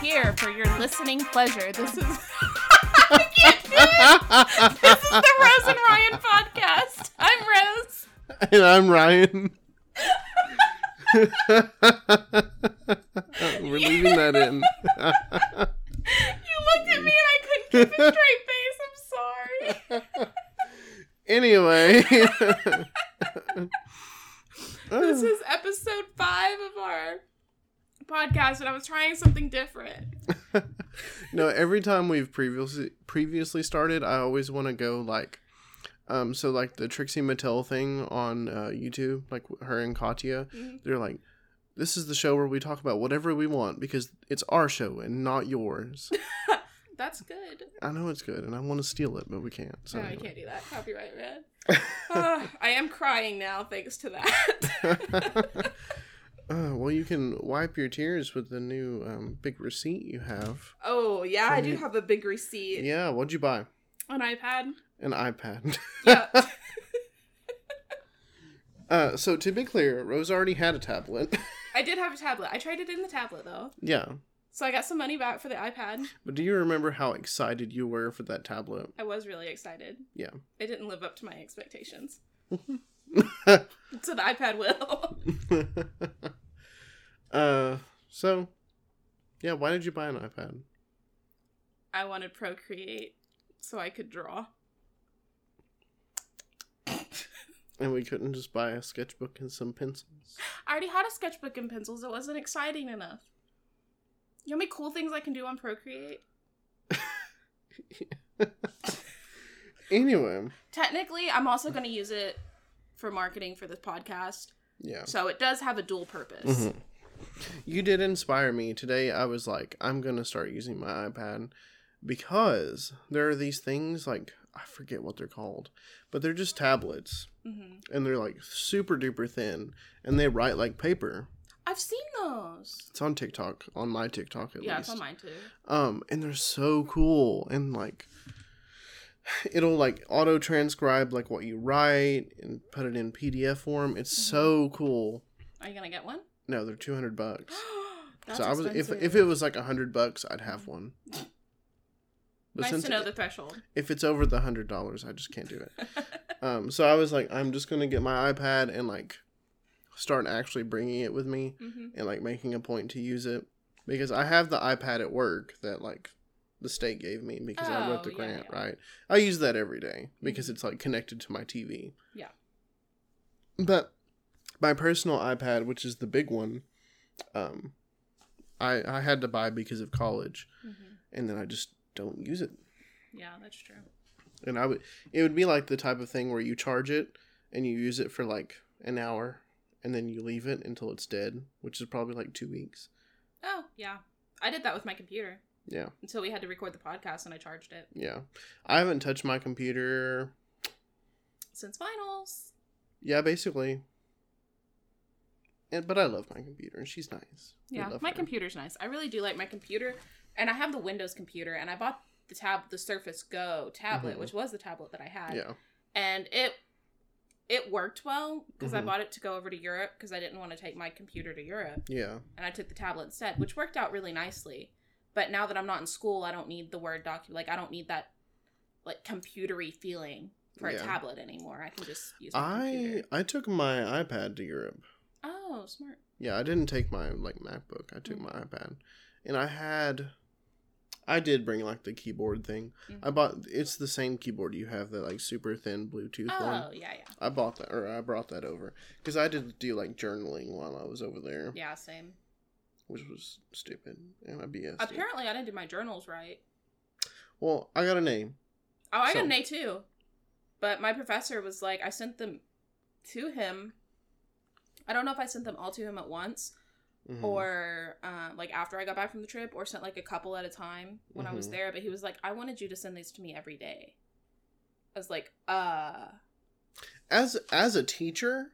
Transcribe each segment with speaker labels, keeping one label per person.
Speaker 1: here for your listening pleasure. This is. I can't do it. This is the Rose and Ryan podcast. I'm Rose.
Speaker 2: And I'm Ryan. We're leaving that in.
Speaker 1: You looked at me and I couldn't keep a straight face. I'm sorry.
Speaker 2: Anyway,
Speaker 1: This is episode five of our podcast, and I was trying something different.
Speaker 2: no, every time we've previously previously started, I always want to go like um so like the Trixie Mattel thing on uh, YouTube, like her and Katya,
Speaker 1: Mhm.
Speaker 2: they're like this is the show where we talk about whatever we want because it's our show and not yours.
Speaker 1: That's good.
Speaker 2: I know it's good and I want to steal it, but we can't. So
Speaker 1: no, I can't do that. Copyright red. Ah, I am crying now thanks to that.
Speaker 2: Uh, well, you can wipe your tears with the new um, big receipt you have.
Speaker 1: oh, yeah, I do
Speaker 2: Funny.
Speaker 1: have a big receipt
Speaker 2: Yeah, what'd you buy?
Speaker 1: on iPad.
Speaker 2: An iPad.
Speaker 1: Yeah.
Speaker 2: uh, so to be clear, Rose already had a tablet.
Speaker 1: I did have a tablet. I traded in the tablet though.
Speaker 2: yeah,
Speaker 1: So I got some money back for the iPad.
Speaker 2: but do you remember how excited you were for that tablet?
Speaker 1: I was really excited.
Speaker 2: Yeah.
Speaker 1: It didn't live up to my expectations. so the iPad will.
Speaker 2: uh, so yeah, why did you buy an iPad?
Speaker 1: I wanted Procreate so I could draw.
Speaker 2: And we couldn't just buy a sketchbook and some pencils.
Speaker 1: I already had a sketchbook and pencils. It wasn't exciting enough. You know how many cool things I can do on Procreate?
Speaker 2: Anyway,
Speaker 1: Technically, I'm also going to use it for marketing for this podcast.
Speaker 2: yeah.
Speaker 1: So it does have a dual purpose.
Speaker 2: Mhm. You did inspire me. Today I was like, I'm going to start using my iPad because there are these things like I forget what they're called, but they're just tablets
Speaker 1: Mhm.
Speaker 2: and they're like super duper thin and they write like paper.
Speaker 1: I've seen those.
Speaker 2: It's on TikTok, on my TikTok at
Speaker 1: yeah,
Speaker 2: least.
Speaker 1: it's on mine too.
Speaker 2: Um and they're so cool and like it'll like auto transcribe like what you write and put it in PDF form. It's
Speaker 1: Mm-hmm.
Speaker 2: so cool.
Speaker 1: Are you going to get one?
Speaker 2: No, they're 200 bucks.
Speaker 1: That's
Speaker 2: so I was if
Speaker 1: expensive.
Speaker 2: if it was like a hundred bucks, I'd have one. But
Speaker 1: nice
Speaker 2: since
Speaker 1: to know the threshold. Mm-hmm,
Speaker 2: if it's over the hundred dollars, I just can't do it. um, so I was like, I'm just gonna get my iPad and like start actually bringing it with me
Speaker 1: hmm
Speaker 2: and like making a point to use it because I have the iPad at work that like the state gave me because I wrote
Speaker 1: Oh,
Speaker 2: the
Speaker 1: yeah,
Speaker 2: grant
Speaker 1: yeah. Mm-hmm.
Speaker 2: right. I use that every day because it's like connected to my TV.
Speaker 1: Yeah.
Speaker 2: But my personal iPad, which is the big one, um, I I had to buy because of college,
Speaker 1: Mhm.
Speaker 2: and then I just don't use it.
Speaker 1: Yeah, that's true.
Speaker 2: And I would it would be like the type of thing where you charge it and you use it for like an hour and then you leave it until it's dead, which is probably like two weeks.
Speaker 1: Oh, yeah. I did that with my computer
Speaker 2: Yeah,
Speaker 1: until we had to record the podcast and I charged it
Speaker 2: yeah. I haven't touched my computer.
Speaker 1: since finals.
Speaker 2: Yeah, basically. And, but I love my computer and she's nice. We
Speaker 1: Yeah,
Speaker 2: love
Speaker 1: my
Speaker 2: her.
Speaker 1: computer's nice. I really do like my computer. And I have the Windows computer and I bought the tab the Surface Go tablet,
Speaker 2: Mhm.
Speaker 1: which was the tablet that I had.
Speaker 2: Yeah,
Speaker 1: And it it worked well because I
Speaker 2: Mhm.
Speaker 1: bought it to go over to Europe because I didn't want to take my computer to Europe
Speaker 2: yeah,
Speaker 1: and I took the tablet instead, which worked out really nicely. But now that I'm not in school, I don't need the Word document. Like I don't need that like computery feeling for a
Speaker 2: Yeah.
Speaker 1: tablet anymore. I can just use my
Speaker 2: I
Speaker 1: computer.
Speaker 2: I took my iPad to Europe.
Speaker 1: Oh, smart.
Speaker 2: Yeah, I didn't take my like MacBook. I
Speaker 1: Mm.
Speaker 2: took my iPad, and I had, I did bring like the keyboard thing.
Speaker 1: Mm.
Speaker 2: I bought it's the same keyboard you have that like super thin Bluetooth
Speaker 1: Oh,
Speaker 2: one.
Speaker 1: yeah, yeah.
Speaker 2: I bought that or I brought that over because I did do like journaling while I was over there,
Speaker 1: Yeah, same.
Speaker 2: which was stupid and I BS.
Speaker 1: Apparently I didn't do my journals right.
Speaker 2: Well, I got a name.
Speaker 1: Oh, I got
Speaker 2: So-
Speaker 1: an A too. But my professor was like, I sent them to him. I don't know if I sent them all to him at once
Speaker 2: Mhm.
Speaker 1: or uh, like after I got back from the trip or sent like a couple at a time when I was
Speaker 2: Mhm.
Speaker 1: there. But he was like, I wanted you to send these to me every day. I was like, uh,
Speaker 2: as as a teacher,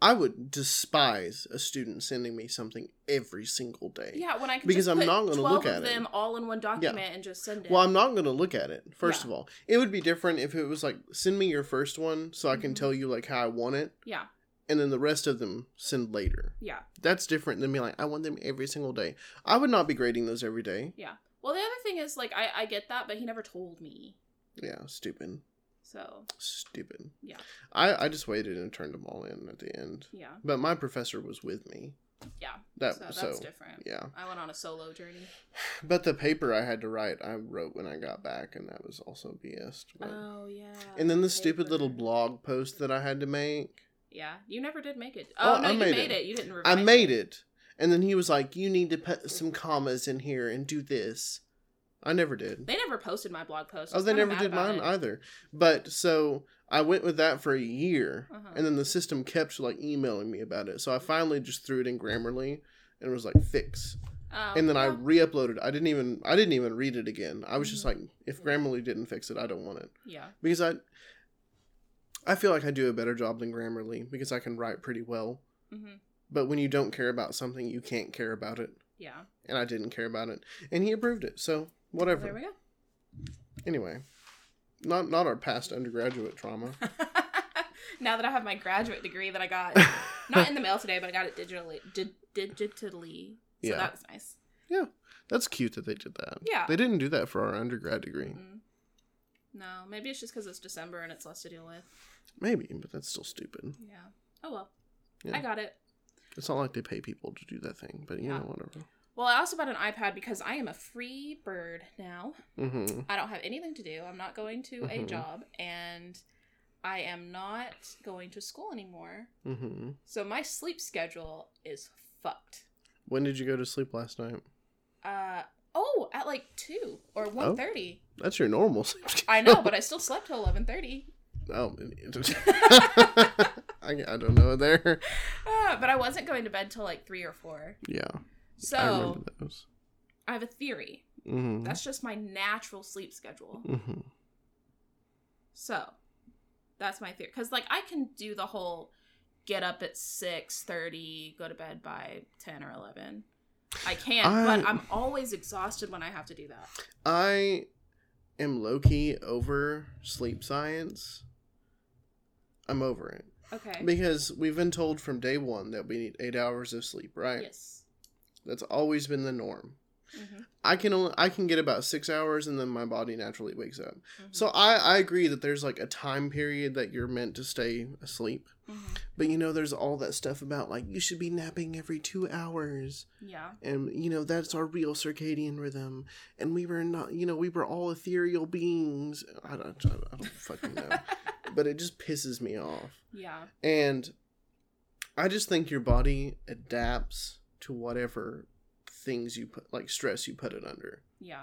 Speaker 2: I would despise a student sending me something every single day.
Speaker 1: yeah, when I could
Speaker 2: Because
Speaker 1: just
Speaker 2: I'm
Speaker 1: put
Speaker 2: not gonna
Speaker 1: 12
Speaker 2: look
Speaker 1: of
Speaker 2: at it.
Speaker 1: them all in one document and just send it.
Speaker 2: Well, I'm not going to look at it. First
Speaker 1: Yeah.
Speaker 2: of all, it would be different if it was like send me your first one so I can
Speaker 1: Mhm.
Speaker 2: tell you like how I want it,
Speaker 1: yeah,
Speaker 2: and then the rest of them send later.
Speaker 1: Yeah.
Speaker 2: That's different than me like I want them every single day. I would not be grading those every day.
Speaker 1: Yeah. Well, the other thing is, like, I, I get that, but he never told me.
Speaker 2: Yeah, stupid,
Speaker 1: So,
Speaker 2: stupid.
Speaker 1: Yeah.
Speaker 2: I I just waited and turned them all in at the end.
Speaker 1: yeah.
Speaker 2: But my professor was with me.
Speaker 1: Yeah.
Speaker 2: That
Speaker 1: so
Speaker 2: so,
Speaker 1: that's different.
Speaker 2: yeah.
Speaker 1: I went on a solo journey.
Speaker 2: But the paper I had to write, I wrote when I got back, and that was also BS. But...
Speaker 1: Oh, yeah.
Speaker 2: and then the stupid little
Speaker 1: paper.
Speaker 2: blog post that I had to make.
Speaker 1: Yeah. You never did make it. Oh,
Speaker 2: Oh,
Speaker 1: no,
Speaker 2: I
Speaker 1: you
Speaker 2: made
Speaker 1: made it.
Speaker 2: it.
Speaker 1: You didn't
Speaker 2: I
Speaker 1: revise
Speaker 2: made it. And then he was like, You need to put some commas in here and do this. I never did.
Speaker 1: They never posted my blog post. I
Speaker 2: Oh,
Speaker 1: was
Speaker 2: they
Speaker 1: kinda
Speaker 2: never
Speaker 1: mad
Speaker 2: did
Speaker 1: about
Speaker 2: mine
Speaker 1: it.
Speaker 2: either. But so I went with that for a year.
Speaker 1: Uh-huh.
Speaker 2: And then the system kept like emailing me about it. So I finally just threw it in Grammarly and was like, Fix.
Speaker 1: Oh,
Speaker 2: and then I
Speaker 1: well,
Speaker 2: re-uploaded. I didn't even I didn't even read it again. I was just
Speaker 1: Mhm.
Speaker 2: like, if Grammarly didn't fix it, I don't want it
Speaker 1: Yeah.
Speaker 2: because I I feel like I do a better job than Grammarly because I can write pretty well.
Speaker 1: hmm
Speaker 2: But when you don't care about something, you can't care about it,
Speaker 1: Yeah. Well,
Speaker 2: and I didn't care about it, and he approved it. So whatever.
Speaker 1: there we go.
Speaker 2: Anyway, not not our past undergraduate trauma.
Speaker 1: now that I have my graduate degree that I got, not in the mail today, but I got it digitally. Di- digitally. So
Speaker 2: Yeah.
Speaker 1: that was nice.
Speaker 2: That's cute that they did that.
Speaker 1: Yeah.
Speaker 2: They didn't do that for our undergrad degree.
Speaker 1: Mm. No, maybe it's just because it's December and it's less to deal with.
Speaker 2: Maybe, but that's still stupid.
Speaker 1: Yeah. Oh well.
Speaker 2: Yeah.
Speaker 1: I got it.
Speaker 2: It's not like they pay people to do that thing, but you
Speaker 1: Yeah.
Speaker 2: know, whatever.
Speaker 1: Well, I also bought an iPad because I am a free bird now.
Speaker 2: Mm-hmm.
Speaker 1: I don't have anything to do. I'm not going to a
Speaker 2: Mhm.
Speaker 1: job and I am not going to school anymore.
Speaker 2: Mm-hmm.
Speaker 1: So my sleep schedule is fucked.
Speaker 2: When did you go to sleep last night?
Speaker 1: Uh oh, at like 2
Speaker 2: Oh.
Speaker 1: or 1:30.
Speaker 2: That's your normal sleep schedule.
Speaker 1: I know, but I still slept till 11:30.
Speaker 2: Oh, I, I don't know there.
Speaker 1: Uh, but I wasn't going to bed till like 3 or 4.
Speaker 2: Yeah, I remember
Speaker 1: So,
Speaker 2: those.
Speaker 1: I, have a theory.
Speaker 2: Mm-hmm.
Speaker 1: That's just my natural sleep schedule.
Speaker 2: mm-hmm.
Speaker 1: So that's my theory. Cause like I can do the whole get up at six thirty, go to bed by ten or eleven. I can, but
Speaker 2: I-
Speaker 1: I'm always exhausted when I have to do that.
Speaker 2: I am low key over sleep science. I'm over it
Speaker 1: Okay.
Speaker 2: because we've been told from day one that we need eight hours of sleep. Right?
Speaker 1: Yes.
Speaker 2: That's always been the norm.
Speaker 1: Mhm,
Speaker 2: I can only I can get about six hours and then my body naturally wakes up.
Speaker 1: mhm,
Speaker 2: So I I agree that there's like a time period that you're meant to stay asleep.
Speaker 1: mhm.
Speaker 2: But you know, there's all that stuff about like you should be napping every two hours,
Speaker 1: Mm-hmm. yeah.
Speaker 2: and you know that's our real circadian rhythm, and we were not, you know, we were all ethereal beings. I don't, I don't, I don't fucking know, but it just pisses me off,
Speaker 1: yeah.
Speaker 2: and I just think your body adapts to whatever things you put, like stress you put it under.
Speaker 1: Yeah.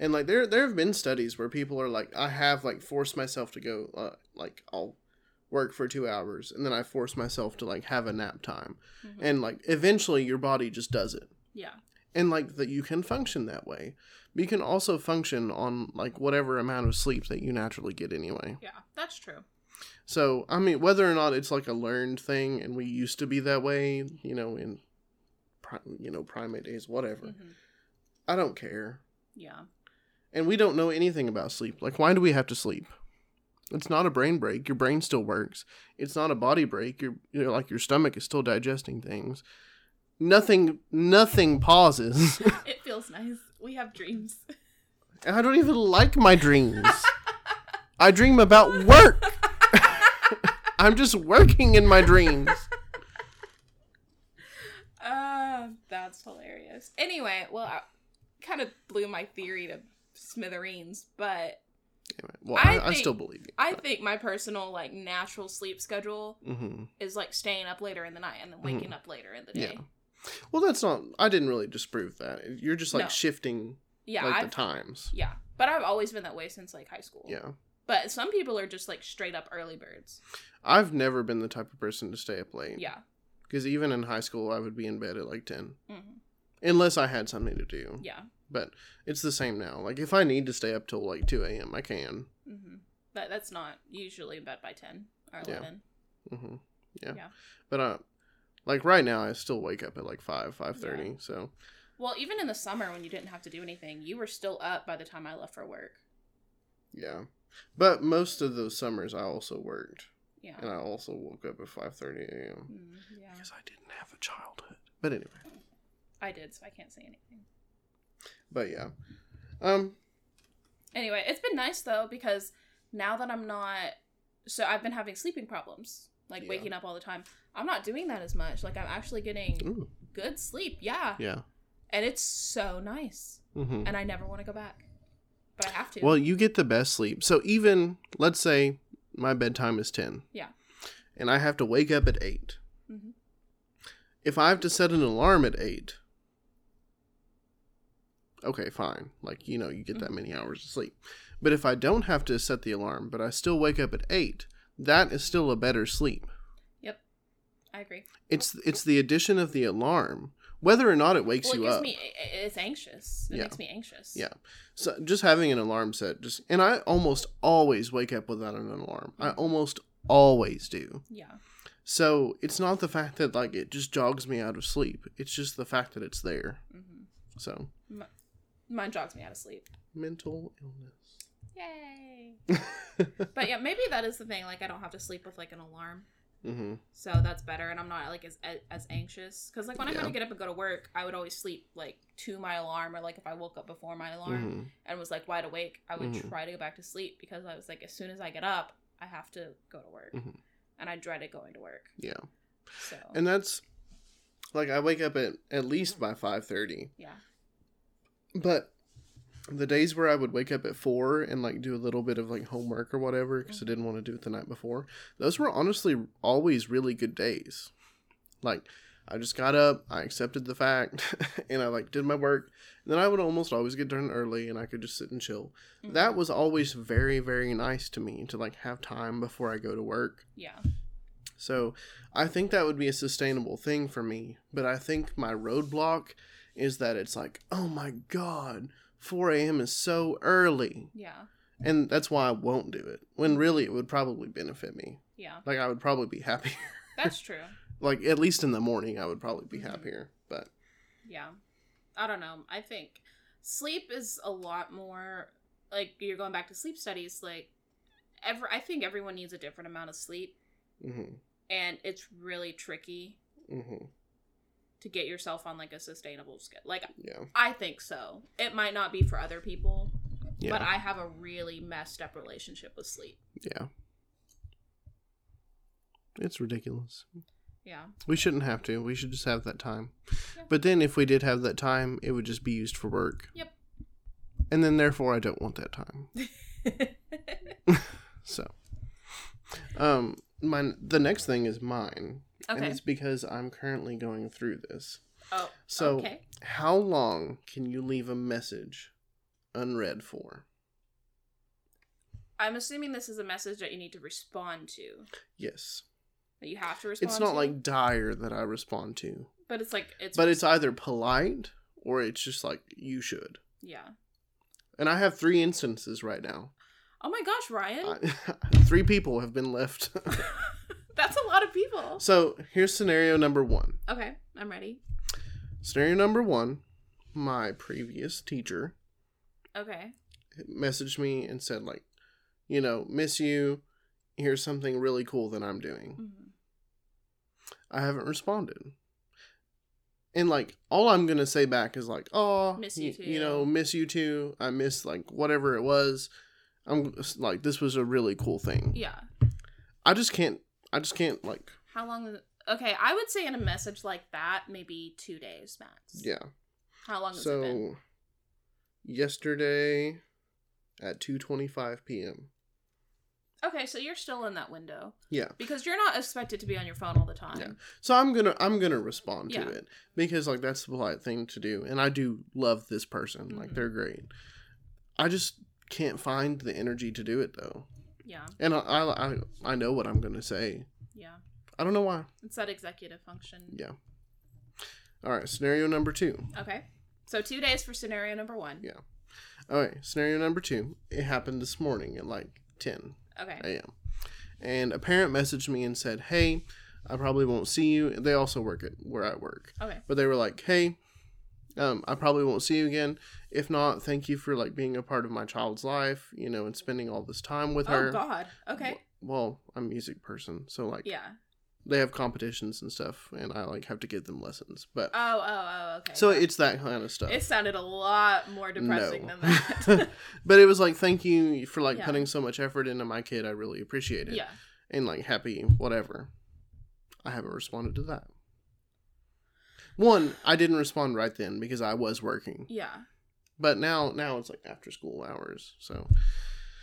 Speaker 2: And like there there have been studies where people are like I have like forced myself to go uh, like I'll work for 2 hours and then I force myself to like have a nap time.
Speaker 1: mhm.
Speaker 2: And like eventually your body just does it.
Speaker 1: yeah.
Speaker 2: And like that you can function that way. But you can also function on like whatever amount of sleep that you naturally get anyway.
Speaker 1: Yeah. That's true.
Speaker 2: So, I mean whether or not it's like a learned thing and we used to be that way, you know, in pri- you know primate days whatever.
Speaker 1: Mhm,
Speaker 2: I don't care.
Speaker 1: Yeah.
Speaker 2: and we don't know anything about sleep. Like, why do we have to sleep? It's not a brain break. Your brain still works. It's not a body break. Your you know, like your stomach is still digesting things. Nothing, nothing pauses.
Speaker 1: It feels nice. We have dreams.
Speaker 2: and I don't even like my dreams. I dream about work. I'm just working in my dreams.
Speaker 1: Uh, that's hilarious. Anyway, well, I kind of blew my theory to smithereens, but
Speaker 2: Anyway, well,
Speaker 1: I
Speaker 2: I, I,
Speaker 1: think-
Speaker 2: still believe you.
Speaker 1: I think my personal like natural sleep schedule
Speaker 2: hmm
Speaker 1: is like staying up later in the night and then waking up later in the
Speaker 2: Mm-hmm. Yeah.
Speaker 1: day.
Speaker 2: Well, that's not. I didn't really disprove that. You're just like
Speaker 1: No.
Speaker 2: shifting
Speaker 1: Yeah,
Speaker 2: like
Speaker 1: I've,
Speaker 2: the times.
Speaker 1: yeah. But I've always been that way since like high school.
Speaker 2: Yeah.
Speaker 1: But some people are just like straight up early birds.
Speaker 2: I've never been the type of person to stay up late.
Speaker 1: Yeah.
Speaker 2: Because even in high school, I would be in bed at like 10,
Speaker 1: Mhm.
Speaker 2: unless I had something to do.
Speaker 1: Yeah.
Speaker 2: But it's the same now. Like, if I need to stay up till like 2 a.m., I can.
Speaker 1: hmm But that's not usually in bed by ten or
Speaker 2: Yeah.
Speaker 1: eleven.
Speaker 2: hmm Yeah.
Speaker 1: Yeah.
Speaker 2: But, uh, like right now, I still wake up at like 5, 5.30, so.
Speaker 1: Well, even in the summer when you didn't have to do anything, you were still up by the time I left for work.
Speaker 2: Yeah. But most of those summers I also worked.
Speaker 1: Yeah.
Speaker 2: and I also woke up at five thirty a.m.
Speaker 1: Mm, yeah.
Speaker 2: because I didn't have a childhood. But anyway,
Speaker 1: I did, so I can't say anything.
Speaker 2: but yeah, um,
Speaker 1: Anyway, it's been nice though because now that I'm not so I've been having sleeping problems, like
Speaker 2: Yeah.
Speaker 1: waking up all the time. I'm not doing that as much. Like I'm actually getting
Speaker 2: ooh,
Speaker 1: good sleep. Yeah.
Speaker 2: yeah.
Speaker 1: And it's so nice.
Speaker 2: hmm
Speaker 1: And I never want to go back. But I have to.
Speaker 2: Well, you get the best sleep. So even let's say my bedtime is ten.
Speaker 1: Yeah.
Speaker 2: And I have to wake up at eight.
Speaker 1: Mhm.
Speaker 2: If I have to set an alarm at eight, okay, fine. Like you know, you get that many hours of sleep. But if I don't have to set the alarm, but I still wake up at eight, that is still a better sleep.
Speaker 1: Yep. I agree.
Speaker 2: It's it's the addition of the alarm, whether or not it wakes
Speaker 1: Well, it
Speaker 2: you
Speaker 1: gives
Speaker 2: up.
Speaker 1: me i- i- it's anxious. It
Speaker 2: Yeah.
Speaker 1: makes me anxious.
Speaker 2: Yeah. So just having an alarm set just and I almost always wake up without an alarm. I almost always do.
Speaker 1: Yeah.
Speaker 2: So it's not the fact that like it just jogs me out of sleep. It's just the fact that it's there.
Speaker 1: Mm-hmm.
Speaker 2: So
Speaker 1: Mine jogs me out of sleep.
Speaker 2: mental illness.
Speaker 1: Yay. but yeah, maybe that is the thing. Like I don't have to sleep with like an alarm.
Speaker 2: hmm
Speaker 1: so that's better and i'm not like as as anxious because like when i had
Speaker 2: Yeah.
Speaker 1: to get up and go to work i would always sleep like to my alarm or like if i woke up before my alarm
Speaker 2: hmm
Speaker 1: and was like wide awake i would
Speaker 2: Mhm.
Speaker 1: try to go back to sleep because i was like as soon as i get up i have to go to work
Speaker 2: Mhm.
Speaker 1: and i dreaded going to work
Speaker 2: Yeah.
Speaker 1: so
Speaker 2: And that's like I wake up at at least by five thirty.
Speaker 1: yeah
Speaker 2: But the days where I would wake up at four and like do a little bit of like homework or whatever because I didn't want to do it the night before, those were honestly always really good days. Like I just got up, I accepted the fact, and I like did my work. And then I would almost always get done early and I could just sit and chill.
Speaker 1: Mm-hmm.
Speaker 2: That was always very, very nice to me to like have time before I go to work.
Speaker 1: yeah
Speaker 2: So I think that would be a sustainable thing for me. But I think my roadblock is that it's like, oh my God, 4 a.m. is so early.
Speaker 1: yeah
Speaker 2: And that's why I won't do it. When really it would probably benefit me.
Speaker 1: yeah
Speaker 2: Like I would probably be happier.
Speaker 1: that's true
Speaker 2: like at least in the morning, I would probably be
Speaker 1: Mhm.
Speaker 2: happier. But
Speaker 1: yeah i don't know i think sleep is a lot more like you're going back to sleep studies like ever i think everyone needs a different amount of sleep
Speaker 2: mm-hmm,
Speaker 1: and it's really tricky
Speaker 2: mm-hmm,
Speaker 1: to get yourself on like a sustainable schedule. Like
Speaker 2: yeah,
Speaker 1: I think so. It might not be for other people,
Speaker 2: yeah,
Speaker 1: but I have a really messed up relationship with sleep.
Speaker 2: yeah. It's ridiculous.
Speaker 1: Yeah.
Speaker 2: We shouldn't have to. We should just have that time.
Speaker 1: Yeah.
Speaker 2: But then if we did have that time, it would just be used for work.
Speaker 1: Yep.
Speaker 2: And then therefore I don't want that time.
Speaker 1: okay.
Speaker 2: So um my the next thing is mine. And it's because I'm currently going through this.
Speaker 1: Oh.
Speaker 2: So
Speaker 1: okay.
Speaker 2: how long can you leave a message unread for?
Speaker 1: I'm assuming this is a message that you need to respond to.
Speaker 2: Yes.
Speaker 1: That you have to respond.
Speaker 2: It's not
Speaker 1: to,
Speaker 2: like dire that I respond to.
Speaker 1: But it's like it's.
Speaker 2: But it's either polite or it's just like you should.
Speaker 1: yeah.
Speaker 2: And I have three instances right now.
Speaker 1: Oh my gosh, Ryan.
Speaker 2: I, three people have been left.
Speaker 1: That's a lot of people.
Speaker 2: so here's scenario number one.
Speaker 1: Okay, I'm ready.
Speaker 2: Scenario number one my previous teacher
Speaker 1: Okay.
Speaker 2: messaged me and said, like, you know, miss you. Here's something really cool that I'm doing.
Speaker 1: Mhm.
Speaker 2: I haven't responded. And like all I'm gonna say back is like, oh,
Speaker 1: Miss you too."
Speaker 2: You know, miss you too. I miss like whatever it was. I'm like, this was a really cool thing.
Speaker 1: Yeah.
Speaker 2: I just can't. I just can't like.
Speaker 1: How long? Is, okay, I would say in a message like that, maybe two days max.
Speaker 2: Yeah.
Speaker 1: How long has it been?
Speaker 2: So yesterday at 2:25 p.m.
Speaker 1: Okay, so you're still in that window
Speaker 2: Yeah.
Speaker 1: because you're not expected to be on your phone all the time.
Speaker 2: Yeah. So I'm going to I'm going to respond
Speaker 1: Yeah.
Speaker 2: to it because like that's the polite thing to do and I do love this person. Like
Speaker 1: Mhm.
Speaker 2: they're great. I just can't find the energy to do it though.
Speaker 1: Yeah,
Speaker 2: And I I I, I know what I'm going to say.
Speaker 1: yeah.
Speaker 2: I don't know why.
Speaker 1: It's that executive function.
Speaker 2: Yeah. All right, scenario number 2.
Speaker 1: Okay. So two days for scenario number one.
Speaker 2: Yeah. All right, scenario number 2. It happened this morning at like 10.
Speaker 1: Okay.
Speaker 2: a.m. And a parent messaged me and said, "Hey, I probably won't see you." They also work at where I work,
Speaker 1: Okay.
Speaker 2: but they were like, "Hey, Um, I probably won't see you again. If not, thank you for like being a part of my child's life, you know, and spending all this time with her.
Speaker 1: Oh God. Okay.
Speaker 2: Well, I'm a music person, so like
Speaker 1: yeah.
Speaker 2: they have competitions and stuff, and I like have to give them lessons. But
Speaker 1: Oh, oh, oh, okay.
Speaker 2: so
Speaker 1: Gotcha.
Speaker 2: it's that kind of stuff.
Speaker 1: It sounded a lot more depressing
Speaker 2: No.
Speaker 1: than that.
Speaker 2: but it was like thank you for like
Speaker 1: Yeah.
Speaker 2: putting so much effort into my kid. I really appreciate it.
Speaker 1: yeah.
Speaker 2: and like happy whatever. I haven't responded to that. One, I didn't respond right then because I was working.
Speaker 1: Yeah.
Speaker 2: But now now it's like after school hours. So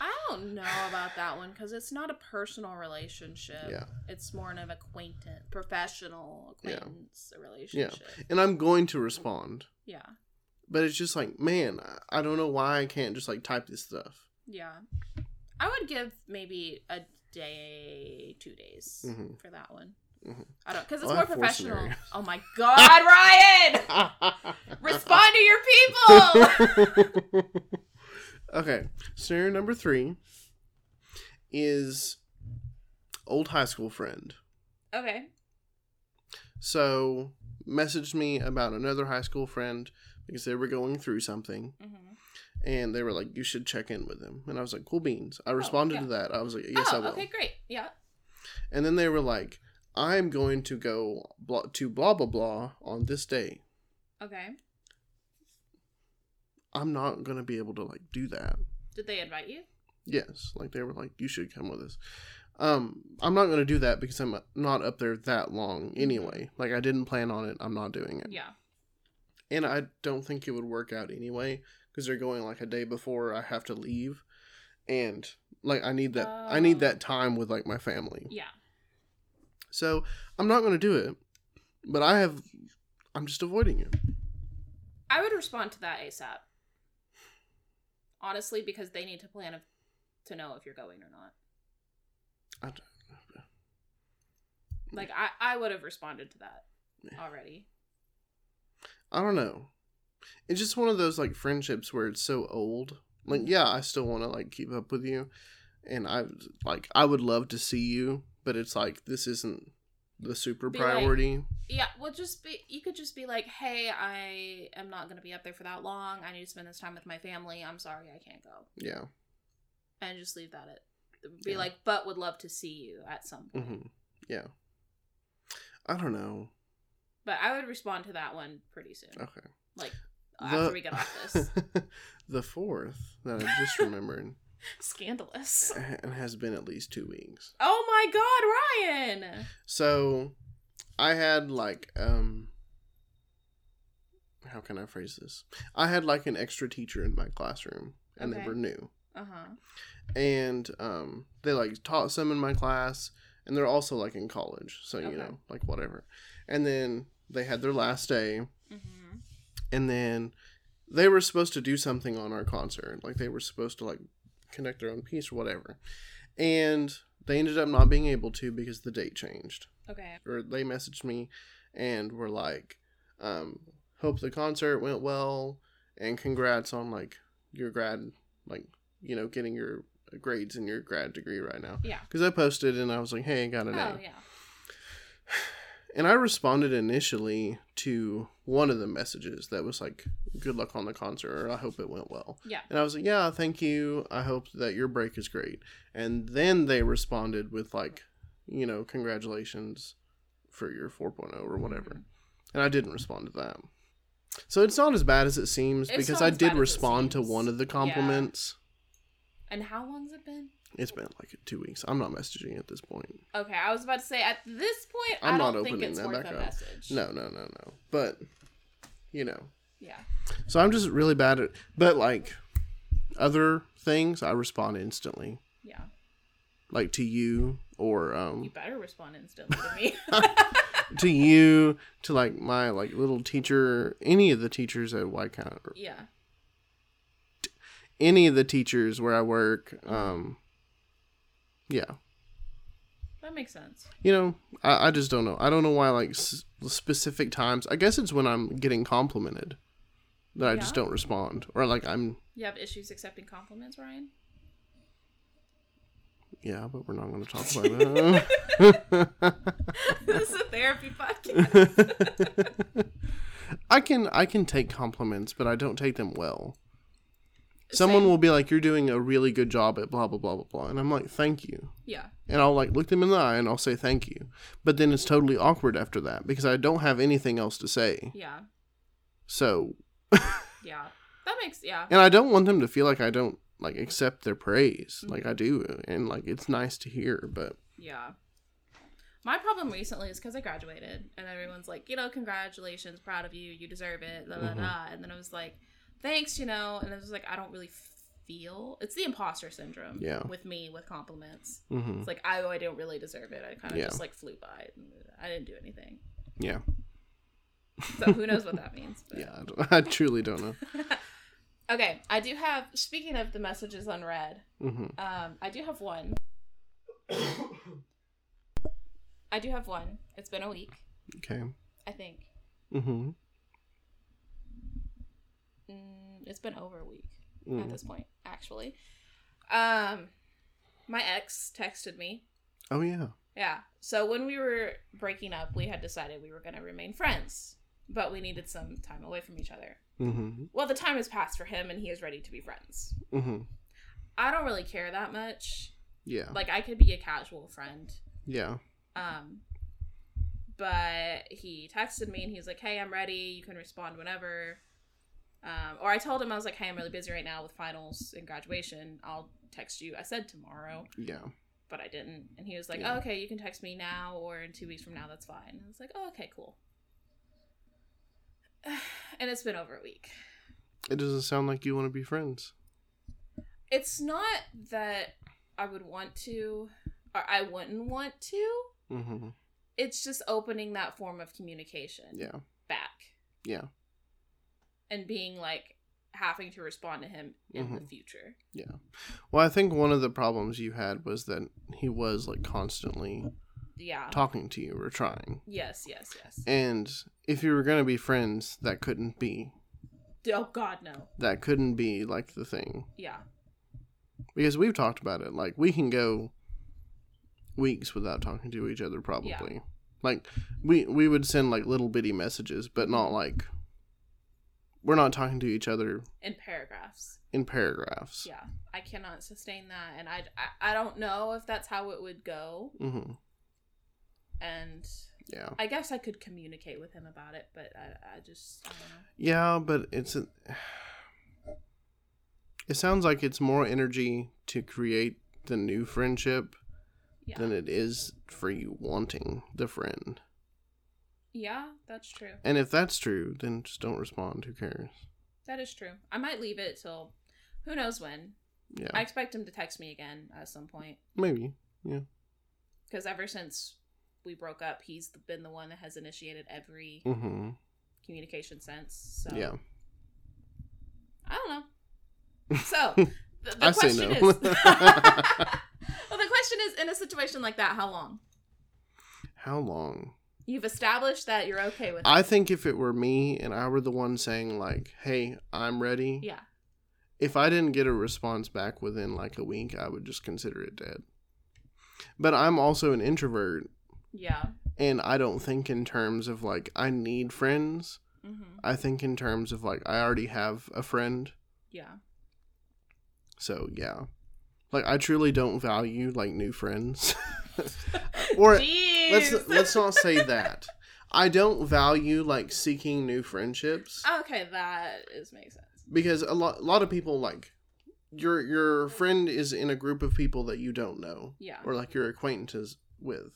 Speaker 1: I don't know about that one because it's not a personal relationship.
Speaker 2: Yeah.
Speaker 1: It's more an acquaintance, professional
Speaker 2: Yeah.
Speaker 1: acquaintance relationship. Yeah.
Speaker 2: and I'm going to respond. But it's just like, man, I- I don't know why I can't just like type this stuff.
Speaker 1: Yeah. I would give maybe a day, two days
Speaker 2: Mhm.
Speaker 1: for that one.
Speaker 2: Mhm.
Speaker 1: I don't because it's
Speaker 2: Well, I
Speaker 1: more
Speaker 2: have four
Speaker 1: professional.
Speaker 2: scenarios.
Speaker 1: Oh my God, Ryan! Respond to your people.
Speaker 2: okay. Scenario number three is old high school friend.
Speaker 1: okay.
Speaker 2: So messaged me about another high school friend because they were going through something
Speaker 1: hmm
Speaker 2: and they were like, You should check in with them. And I was like, Cool beans. I responded
Speaker 1: Oh, yeah.
Speaker 2: to that. I was like, Yes,
Speaker 1: oh,
Speaker 2: I will.
Speaker 1: okay, great. Yeah.
Speaker 2: And then they were like, I'm going to go blah, to blah blah blah on this day.
Speaker 1: Okay.
Speaker 2: I'm not gonna be able to like do that.
Speaker 1: Did they invite you?
Speaker 2: Yes, like they were like, you should come with us. Um, I'm not gonna do that because I'm not up there that long
Speaker 1: Mm-hmm.
Speaker 2: anyway. Like I didn't plan on it. I'm not doing it.
Speaker 1: Yeah.
Speaker 2: and I don't think it would work out anyway because they're going like a day before I have to leave, and like I need that I
Speaker 1: Oh.
Speaker 2: need that time with like my family.
Speaker 1: Yeah.
Speaker 2: So I'm not going to do it, but I have I'm just avoiding it.
Speaker 1: I would respond to that ASAP. Honestly, because they need to plan if, to know if you're going or not.
Speaker 2: I don't-
Speaker 1: Like I, I would have responded to that
Speaker 2: Yeah.
Speaker 1: already.
Speaker 2: I don't know. It's just one of those like friendships where it's so old. Like yeah, I still want to like keep up with you, and I like I would love to see you, but it's like this isn't the super
Speaker 1: Be like-
Speaker 2: priority.
Speaker 1: Yeah, well, just be. You could just be like, "Hey, I am not going to be up there for that long. I need to spend this time with my family. I'm sorry, I can't go,"
Speaker 2: yeah.
Speaker 1: and just leave that at. Be
Speaker 2: Yeah.
Speaker 1: like, "But would love to see you at some point."
Speaker 2: hmm Yeah. I don't know.
Speaker 1: But I would respond to that one pretty soon,
Speaker 2: Okay.
Speaker 1: like
Speaker 2: The-
Speaker 1: after we get off this.
Speaker 2: the fourth that I just remembered
Speaker 1: Scandalous.
Speaker 2: and has been at least two weeks.
Speaker 1: Oh my God, Ryan!
Speaker 2: So I had like um how can I phrase this? I had like an extra teacher in my classroom and they
Speaker 1: Okay.
Speaker 2: were new.
Speaker 1: Uh huh.
Speaker 2: And um they like taught some in my class and they're also like in college, so
Speaker 1: Okay.
Speaker 2: you know, like whatever. And then they had their last day
Speaker 1: Mm-hmm.
Speaker 2: and then they were supposed to do something on our concert like they were supposed to like connect their own piece or whatever and they ended up not being able to because the date changed
Speaker 1: Okay.
Speaker 2: or they messaged me and were like um hope the concert went well and congrats on like your grad like you know getting your grades and your grad degree right now
Speaker 1: Yeah.
Speaker 2: because i posted and i was like hey i got
Speaker 1: Oh
Speaker 2: an a
Speaker 1: yeah.
Speaker 2: and I responded initially to one of the messages that was like, good luck on the concert, or I hope it went well.
Speaker 1: Yeah.
Speaker 2: And I was like, yeah, thank you. I hope that your break is great. And then they responded with, like, you know, congratulations for your 4.0 or whatever.
Speaker 1: Mm-hmm.
Speaker 2: And I didn't respond to that. So it's not as bad as it seems
Speaker 1: It's
Speaker 2: because
Speaker 1: not
Speaker 2: I
Speaker 1: as bad
Speaker 2: did
Speaker 1: as it
Speaker 2: respond to
Speaker 1: seems.
Speaker 2: one of the
Speaker 1: Yeah.
Speaker 2: compliments.
Speaker 1: And how long's it been?
Speaker 2: It's been like two weeks. I'm not messaging at this point.
Speaker 1: Okay, I was about to say at this point, I'm I
Speaker 2: I'm
Speaker 1: do not
Speaker 2: not
Speaker 1: think
Speaker 2: opening
Speaker 1: it's
Speaker 2: that
Speaker 1: worth
Speaker 2: back
Speaker 1: a
Speaker 2: up.
Speaker 1: message.
Speaker 2: No, no, no, no. But, you know.
Speaker 1: Yeah.
Speaker 2: So I'm just really bad at, but like other things, I respond instantly,
Speaker 1: Yeah.
Speaker 2: like to you or
Speaker 1: You
Speaker 2: um
Speaker 1: better respond instantly to me.
Speaker 2: to you to like my like little teacher, any of the teachers at Whitecount, or
Speaker 1: yeah.
Speaker 2: any of the teachers where I work. Um, yeah,
Speaker 1: That makes sense.
Speaker 2: you know, I, I just don't know. I don't know why like s- specific times. I guess it's when I'm getting complimented that I just
Speaker 1: Yeah.
Speaker 2: don't respond, or like I'm
Speaker 1: You have issues accepting compliments, Ryan?
Speaker 2: yeah, but we're not going to talk about that.
Speaker 1: this is a therapy podcast.
Speaker 2: I can I can take compliments, but I don't take them well. Someone
Speaker 1: Same.
Speaker 2: will be like, "You're doing a really good job at blah blah blah blah blah," and I'm like, "Thank you."
Speaker 1: Yeah.
Speaker 2: And I'll like look them in the eye and I'll say thank you, but then it's totally awkward after that because I don't have anything else to say.
Speaker 1: Yeah.
Speaker 2: So,
Speaker 1: Yeah. That makes yeah.
Speaker 2: and I don't want them to feel like I don't like accept their praise, like I do, and like it's nice to hear, but
Speaker 1: Yeah. My problem recently is because I graduated and everyone's like, you know, congratulations, proud of you, you deserve it, blah, blah,
Speaker 2: Mhm.
Speaker 1: blah. And then I was like, thanks, you know. And I was like, I don't really feel. It's the imposter syndrome
Speaker 2: Yeah.
Speaker 1: with me with compliments.
Speaker 2: hmm
Speaker 1: It's like, I, I don't really deserve it. I kind of
Speaker 2: Yeah.
Speaker 1: just like flew by. I didn't do anything.
Speaker 2: yeah,
Speaker 1: So who knows what that means. but-
Speaker 2: yeah, I, don't, I truly don't know.
Speaker 1: Okay. I do have, speaking of the messages unread,
Speaker 2: hmm
Speaker 1: Um, I do have one. I do have one. It's been a week,
Speaker 2: Okay.
Speaker 1: I think.
Speaker 2: Mm-hmm.
Speaker 1: Mm, it's been over a week at
Speaker 2: Mm.
Speaker 1: this point, actually. Um, my ex texted me.
Speaker 2: Oh yeah.
Speaker 1: Yeah. So when we were breaking up, we had decided we were going to remain friends, but we needed some time away from each other.
Speaker 2: Mm-hmm.
Speaker 1: Well, the time has passed for him, and he is ready to be friends.
Speaker 2: Mm-hmm.
Speaker 1: I don't really care that much.
Speaker 2: Yeah.
Speaker 1: Like I could be a casual friend.
Speaker 2: Yeah.
Speaker 1: Um, but he texted me and he was like, "Hey, I'm ready. You can respond whenever." Um, or I told him I was like, "Hey, I'm really busy right now with finals and graduation. I'll text you." I said tomorrow,
Speaker 2: Yeah.
Speaker 1: but I didn't. And he was like,
Speaker 2: Yeah.
Speaker 1: oh, "Okay, you can text me now or in two weeks from now. That's fine." And I was like, "Oh, okay, cool." And it's been over a week.
Speaker 2: It doesn't sound like you want to be friends.
Speaker 1: It's not that I would want to, or I wouldn't want to.
Speaker 2: Mm-hmm.
Speaker 1: It's just opening that form of communication.
Speaker 2: Yeah.
Speaker 1: back.
Speaker 2: Yeah.
Speaker 1: And being like having to respond to him in
Speaker 2: Mm-hmm.
Speaker 1: the future.
Speaker 2: Well, I think one of the problems you had was that he was like constantly
Speaker 1: Yeah.
Speaker 2: talking to you or trying.
Speaker 1: yes, yes, yes.
Speaker 2: And if you were going to be friends, that couldn't be.
Speaker 1: oh god no.
Speaker 2: That couldn't be like the thing.
Speaker 1: Yeah.
Speaker 2: Because we've talked about it. Like, we can go weeks without talking to each other, probably. Like, we, we would send like little bitty messages, but not like we're not talking to each other
Speaker 1: In paragraphs.
Speaker 2: in paragraphs.
Speaker 1: Yeah. I cannot sustain that and I I, I don't know if that's how it would go
Speaker 2: Mm-hmm.
Speaker 1: and
Speaker 2: Yeah.
Speaker 1: I guess I could communicate with him about it, but I, I just I don't know.
Speaker 2: Yeah, but it's a, it sounds like it's more energy to create the new friendship
Speaker 1: Yeah.
Speaker 2: than it is for you wanting the friend.
Speaker 1: yeah, that's true.
Speaker 2: And if that's true, then just don't respond. Who cares?
Speaker 1: That is true. I might leave it till who knows when.
Speaker 2: Yeah,
Speaker 1: I expect him to text me again at some point.
Speaker 2: maybe.
Speaker 1: because ever since we broke up, he's been the one that has initiated every
Speaker 2: Mm-hmm.
Speaker 1: communication since. So
Speaker 2: Yeah,
Speaker 1: I don't know. So th- the
Speaker 2: I say
Speaker 1: question
Speaker 2: no.
Speaker 1: is, well, the question is, in a situation like that, how long
Speaker 2: how long?
Speaker 1: you've established that you're okay with?
Speaker 2: I think if it were me and I were the one saying like, "Hey, I'm ready,"
Speaker 1: yeah,
Speaker 2: if I didn't get a response back within like a week, I would just consider it dead. But I'm also an introvert,
Speaker 1: yeah,
Speaker 2: and I don't think in terms of like I need friends.
Speaker 1: hmm
Speaker 2: I think in terms of like I already have a friend.
Speaker 1: yeah,
Speaker 2: So yeah. Like I truly don't value like new friends. or let's
Speaker 1: Jeez.
Speaker 2: let's not say that. I don't value like seeking new friendships
Speaker 1: okay, that is makes sense.
Speaker 2: because a lot a lot of people like your your friend is in a group of people that you don't know
Speaker 1: Yeah,
Speaker 2: or like your acquaintances with.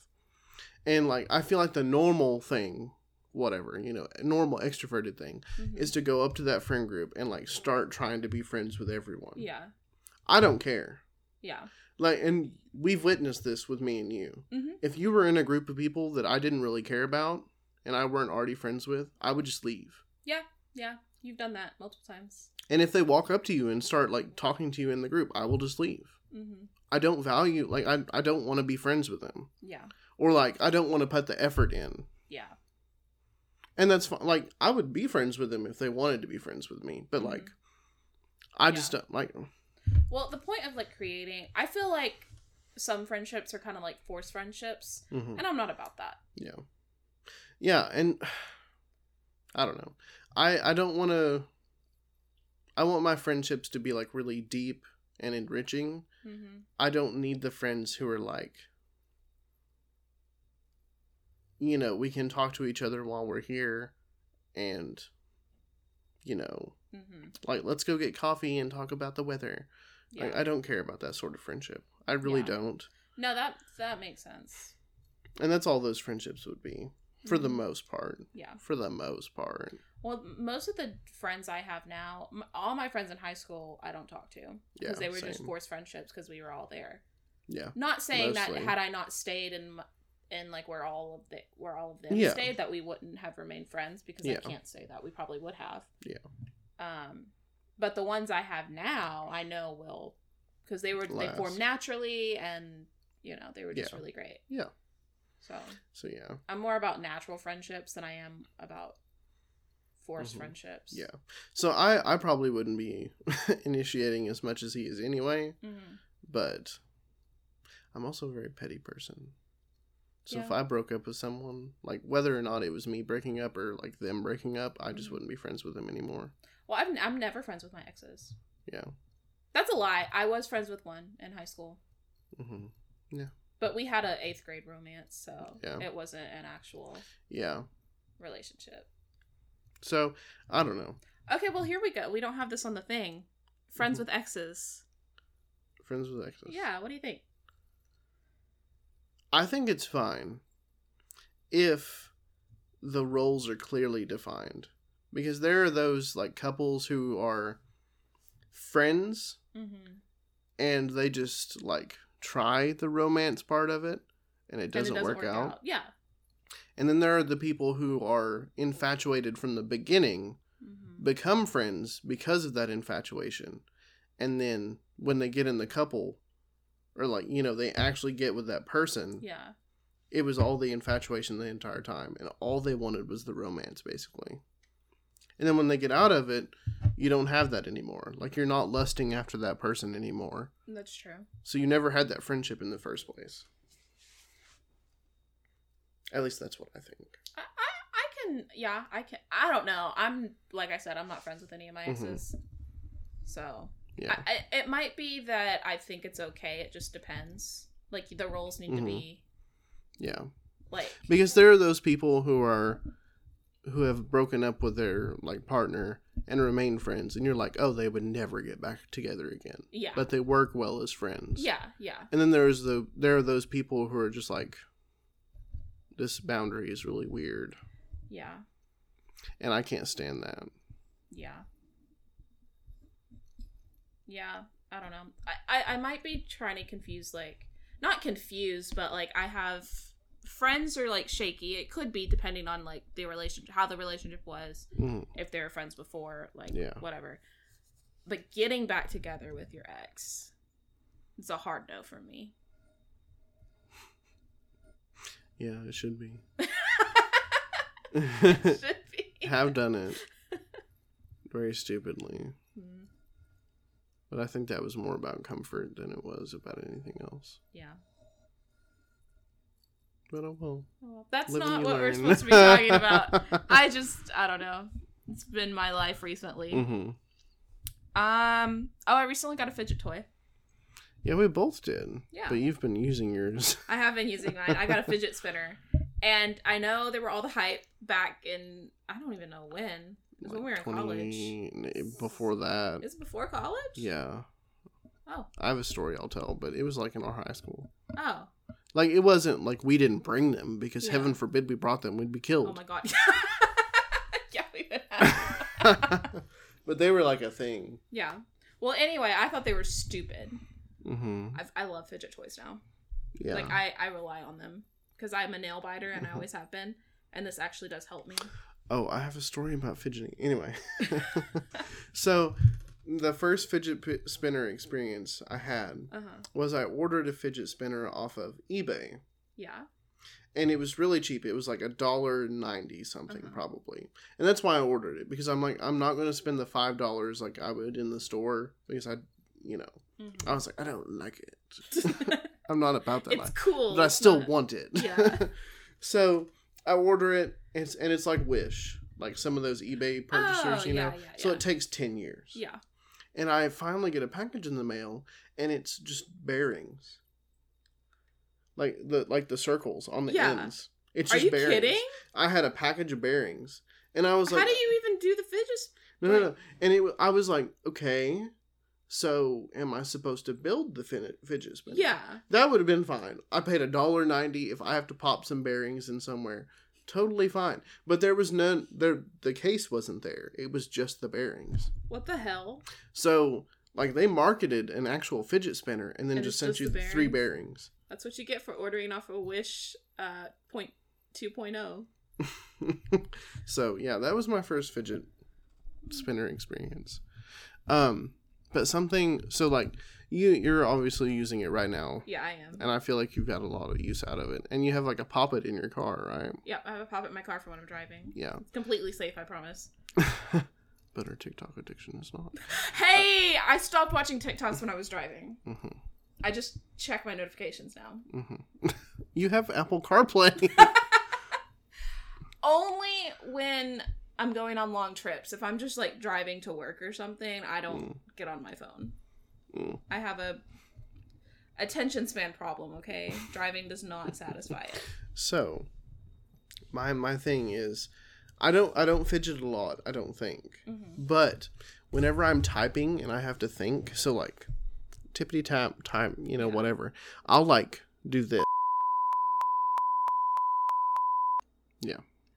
Speaker 2: And like I feel like the normal thing, whatever, you know, normal extroverted thing
Speaker 1: Mhm.
Speaker 2: is to go up to that friend group and like start trying to be friends with everyone.
Speaker 1: yeah,
Speaker 2: I don't care.
Speaker 1: yeah,
Speaker 2: Like and we've witnessed this with me and you.
Speaker 1: Mhm.
Speaker 2: If you were in a group of people that I didn't really care about and I weren't already friends with, I would just leave.
Speaker 1: yeah. You've done that multiple times.
Speaker 2: And if they walk up to you and start like talking to you in the group, I will just leave.
Speaker 1: hmm
Speaker 2: I don't value like I I don't want to be friends with them.
Speaker 1: Yeah,
Speaker 2: Or like I don't want to put the effort in.
Speaker 1: yeah,
Speaker 2: and that's fine. Like I would be friends with them if they wanted to be friends with me, but like, I
Speaker 1: Mm-hmm. Yeah.
Speaker 2: just don't like.
Speaker 1: Well, the point of like creating, I feel like some friendships are kind of like forced friendships,
Speaker 2: mhm,
Speaker 1: and I'm not about that.
Speaker 2: Yeah, yeah, and I don't know. I I don't want to. I want my friendships to be like really deep and enriching.
Speaker 1: Mm-hmm.
Speaker 2: I don't need the friends who are like, you know, we can talk to each other while we're here, and, you know,
Speaker 1: Mm-hmm.
Speaker 2: like let's go get coffee and talk about the weather.
Speaker 1: Yeah.
Speaker 2: Like, I don't care about that sort of friendship. I really
Speaker 1: Yeah.
Speaker 2: don't.
Speaker 1: no, that that makes sense.
Speaker 2: And that's all those friendships would be for the
Speaker 1: Mhm.
Speaker 2: most part.
Speaker 1: Yeah.
Speaker 2: For the most part.
Speaker 1: Well, m- most of the friends I have now, m- all my friends in high school, I don't talk to
Speaker 2: Yeah,
Speaker 1: because they were just
Speaker 2: same.
Speaker 1: forced friendships because we were all there.
Speaker 2: Yeah.
Speaker 1: Not saying
Speaker 2: Mostly.
Speaker 1: that had I not stayed in m- in like where all of the where all of them
Speaker 2: Yeah.
Speaker 1: stayed that we wouldn't have remained friends because
Speaker 2: Yeah.
Speaker 1: I can't say that we probably would have.
Speaker 2: Yeah.
Speaker 1: Um, but the ones I have now, I know will because they were they
Speaker 2: Last.
Speaker 1: formed naturally and you know they were just
Speaker 2: Yeah.
Speaker 1: really great.
Speaker 2: Yeah.
Speaker 1: So
Speaker 2: So yeah.
Speaker 1: I'm more about natural friendships than I am about forced
Speaker 2: Mhm.
Speaker 1: friendships.
Speaker 2: Yeah. So I I probably wouldn't be initiating as much as he is anyway,
Speaker 1: Mhm.
Speaker 2: but I'm also a very petty person. So if
Speaker 1: Yeah.
Speaker 2: I broke up with someone, like whether or not it was me breaking up or like them breaking up, I just
Speaker 1: Mhm.
Speaker 2: wouldn't be friends with them anymore.
Speaker 1: Well, I've, I'm never friends with my exes.
Speaker 2: Yeah.
Speaker 1: That's a lie. I was friends with one in high school,
Speaker 2: hmm
Speaker 1: but we had an eighth grade romance, so
Speaker 2: Yeah.
Speaker 1: it wasn't an actual
Speaker 2: Yeah.
Speaker 1: relationship.
Speaker 2: So I don't know.
Speaker 1: Okay, well, here we go. We don't have this on the thing. Friends
Speaker 2: Mm-hmm.
Speaker 1: with exes.
Speaker 2: Friends with exes.
Speaker 1: Yeah, what do you think?
Speaker 2: I think it's fine if the roles are clearly defined. Because there are those like couples who are friends
Speaker 1: Mm-hmm.
Speaker 2: and they just like try the romance part of it and it doesn't, work, out.
Speaker 1: Yeah.
Speaker 2: And then there are the people who are infatuated from the beginning,
Speaker 1: Mm-hmm.
Speaker 2: become friends because of that infatuation. And then when they get in the couple or like, you know, they actually get with that person,
Speaker 1: Yeah.
Speaker 2: it was all the infatuation the entire time and all they wanted was the romance basically and then when they get out of it you don't have that anymore like you're not lusting after that person anymore
Speaker 1: That's true.
Speaker 2: so you never had that friendship in the first place at least that's what i think
Speaker 1: I, I, I can, yeah, I can. I don't know. I'm, like I said, I'm not friends with any of my
Speaker 2: Mhm.
Speaker 1: exes. So,
Speaker 2: yeah
Speaker 1: I, I, it might be that I think it's okay. It just depends. Like the roles need to
Speaker 2: Mhm.
Speaker 1: be
Speaker 2: yeah
Speaker 1: like
Speaker 2: because there are those people who are who have broken up with their like partner and remain friends and you're like oh they would never get back together again
Speaker 1: yeah,
Speaker 2: but they work well as friends
Speaker 1: yeah, yeah,
Speaker 2: And then there's the there are those people who are just like this boundary is really weird
Speaker 1: yeah,
Speaker 2: and I can't stand that.
Speaker 1: yeah, yeah. I don't know. I, I I might be trying to confuse like not confused, but like I have friends are like shaky. It could be depending on like the relationship, how the relationship was,
Speaker 2: Mm,
Speaker 1: if they were friends before, like
Speaker 2: Yeah.
Speaker 1: whatever. But getting back together with your ex, it's a hard no for me.
Speaker 2: yeah, it should be.
Speaker 1: should be.
Speaker 2: Have done it very stupidly,
Speaker 1: Mm,
Speaker 2: but I think that was more about comfort than it was about anything else.
Speaker 1: yeah.
Speaker 2: But oh well.
Speaker 1: Well, that's
Speaker 2: Live and
Speaker 1: not
Speaker 2: you
Speaker 1: what we're
Speaker 2: learn.
Speaker 1: supposed to be talking about. I just, I don't know. It's been my life recently.
Speaker 2: Mhm. Mm-hmm.
Speaker 1: Um. Oh, I recently got a fidget toy.
Speaker 2: Yeah, we both did.
Speaker 1: Yeah.
Speaker 2: But you've been using yours.
Speaker 1: I have been using mine. I got a fidget spinner, and I know there were all the hype back in I don't even know when. It was when we were in college.
Speaker 2: college. Before that.
Speaker 1: Is it before college?
Speaker 2: Yeah.
Speaker 1: Oh.
Speaker 2: I have a story I'll tell, but it was like in our high school.
Speaker 1: Oh.
Speaker 2: Like it wasn't like we didn't bring them because
Speaker 1: Yeah.
Speaker 2: heaven forbid we brought them, we'd be
Speaker 1: Oh
Speaker 2: killed.
Speaker 1: my god. yeah, we would have.
Speaker 2: but they were like a thing.
Speaker 1: Yeah. Well, anyway, I thought they were stupid.
Speaker 2: Mm-hmm.
Speaker 1: I've, I love fidget toys now.
Speaker 2: Yeah. Mm-hmm.
Speaker 1: Like I, I rely on them because I'm a nail biter and I always have been, and this actually does help me.
Speaker 2: oh, I have a story about fidgeting. Anyway, so the first fidget p- spinner experience I had
Speaker 1: Uh huh.
Speaker 2: was I ordered a fidget spinner off of eBay,
Speaker 1: Yeah.
Speaker 2: and it was really cheap. It was like a dollar ninety something
Speaker 1: Uh-huh.
Speaker 2: probably, and that's why I ordered it because I'm like I'm not going to spend the five dollars like I would in the store because I, you know, I was like I don't like it. I'm not about Mm-hmm. that
Speaker 1: it's
Speaker 2: life.
Speaker 1: cool.
Speaker 2: But I
Speaker 1: it's
Speaker 2: still
Speaker 1: not-
Speaker 2: want it.
Speaker 1: Yeah.
Speaker 2: so I order it, and it's, and it's like Wish. like some of those eBay purchasers,
Speaker 1: Oh,
Speaker 2: you know.
Speaker 1: yeah, yeah,
Speaker 2: So
Speaker 1: yeah.
Speaker 2: it takes 10 years.
Speaker 1: Yeah.
Speaker 2: And I finally get a package in the mail and it's just bearings. Like the like the circles on the
Speaker 1: Yeah.
Speaker 2: ends. It's
Speaker 1: Are
Speaker 2: just
Speaker 1: you
Speaker 2: bearings.
Speaker 1: kidding?
Speaker 2: I had a package of bearings. And I was like
Speaker 1: How do you even do the fidget? sp-
Speaker 2: No, no,
Speaker 1: like-
Speaker 2: no. And it wa- I was like, "Okay, so am I supposed to build the fin- fidget spinner?"
Speaker 1: Yeah.
Speaker 2: That would have been fine. I paid a dollar ninety if I have to pop some bearings in somewhere. Totally fine. But there was none there the case wasn't there. It was just the bearings.
Speaker 1: What the hell?
Speaker 2: So like they marketed an actual fidget spinner and then
Speaker 1: And
Speaker 2: just
Speaker 1: it's
Speaker 2: sent
Speaker 1: just
Speaker 2: you
Speaker 1: the
Speaker 2: three bearings.
Speaker 1: That's what you get for ordering off a Wish uh point two point oh.
Speaker 2: so yeah, that was my first fidget spinner experience. Um but something so like you you're obviously using it right now.
Speaker 1: Yeah, I am.
Speaker 2: And I feel like you've got a lot of use out of it. And you have like a poppet in your car, right?
Speaker 1: Yeah, I have a pop in my car for when I'm driving.
Speaker 2: Yeah.
Speaker 1: It's completely safe, I promise.
Speaker 2: But her TikTok addiction is not.
Speaker 1: Hey, I stopped watching TikToks when I was driving.
Speaker 2: Mhm.
Speaker 1: I just check my notifications now.
Speaker 2: mm-hmm. You have Apple CarPlay.
Speaker 1: Only when I'm going on long trips. If I'm just like driving to work or something, I don't get on my phone.
Speaker 2: Mm.
Speaker 1: I have a attention span problem, okay? driving does not satisfy it.
Speaker 2: so, my my thing is, I don't I don't fidget a lot. I don't think,
Speaker 1: Mm-hmm.
Speaker 2: but whenever I'm typing and I have to think, so like, tippity tap time, you know, whatever. I'll like do this.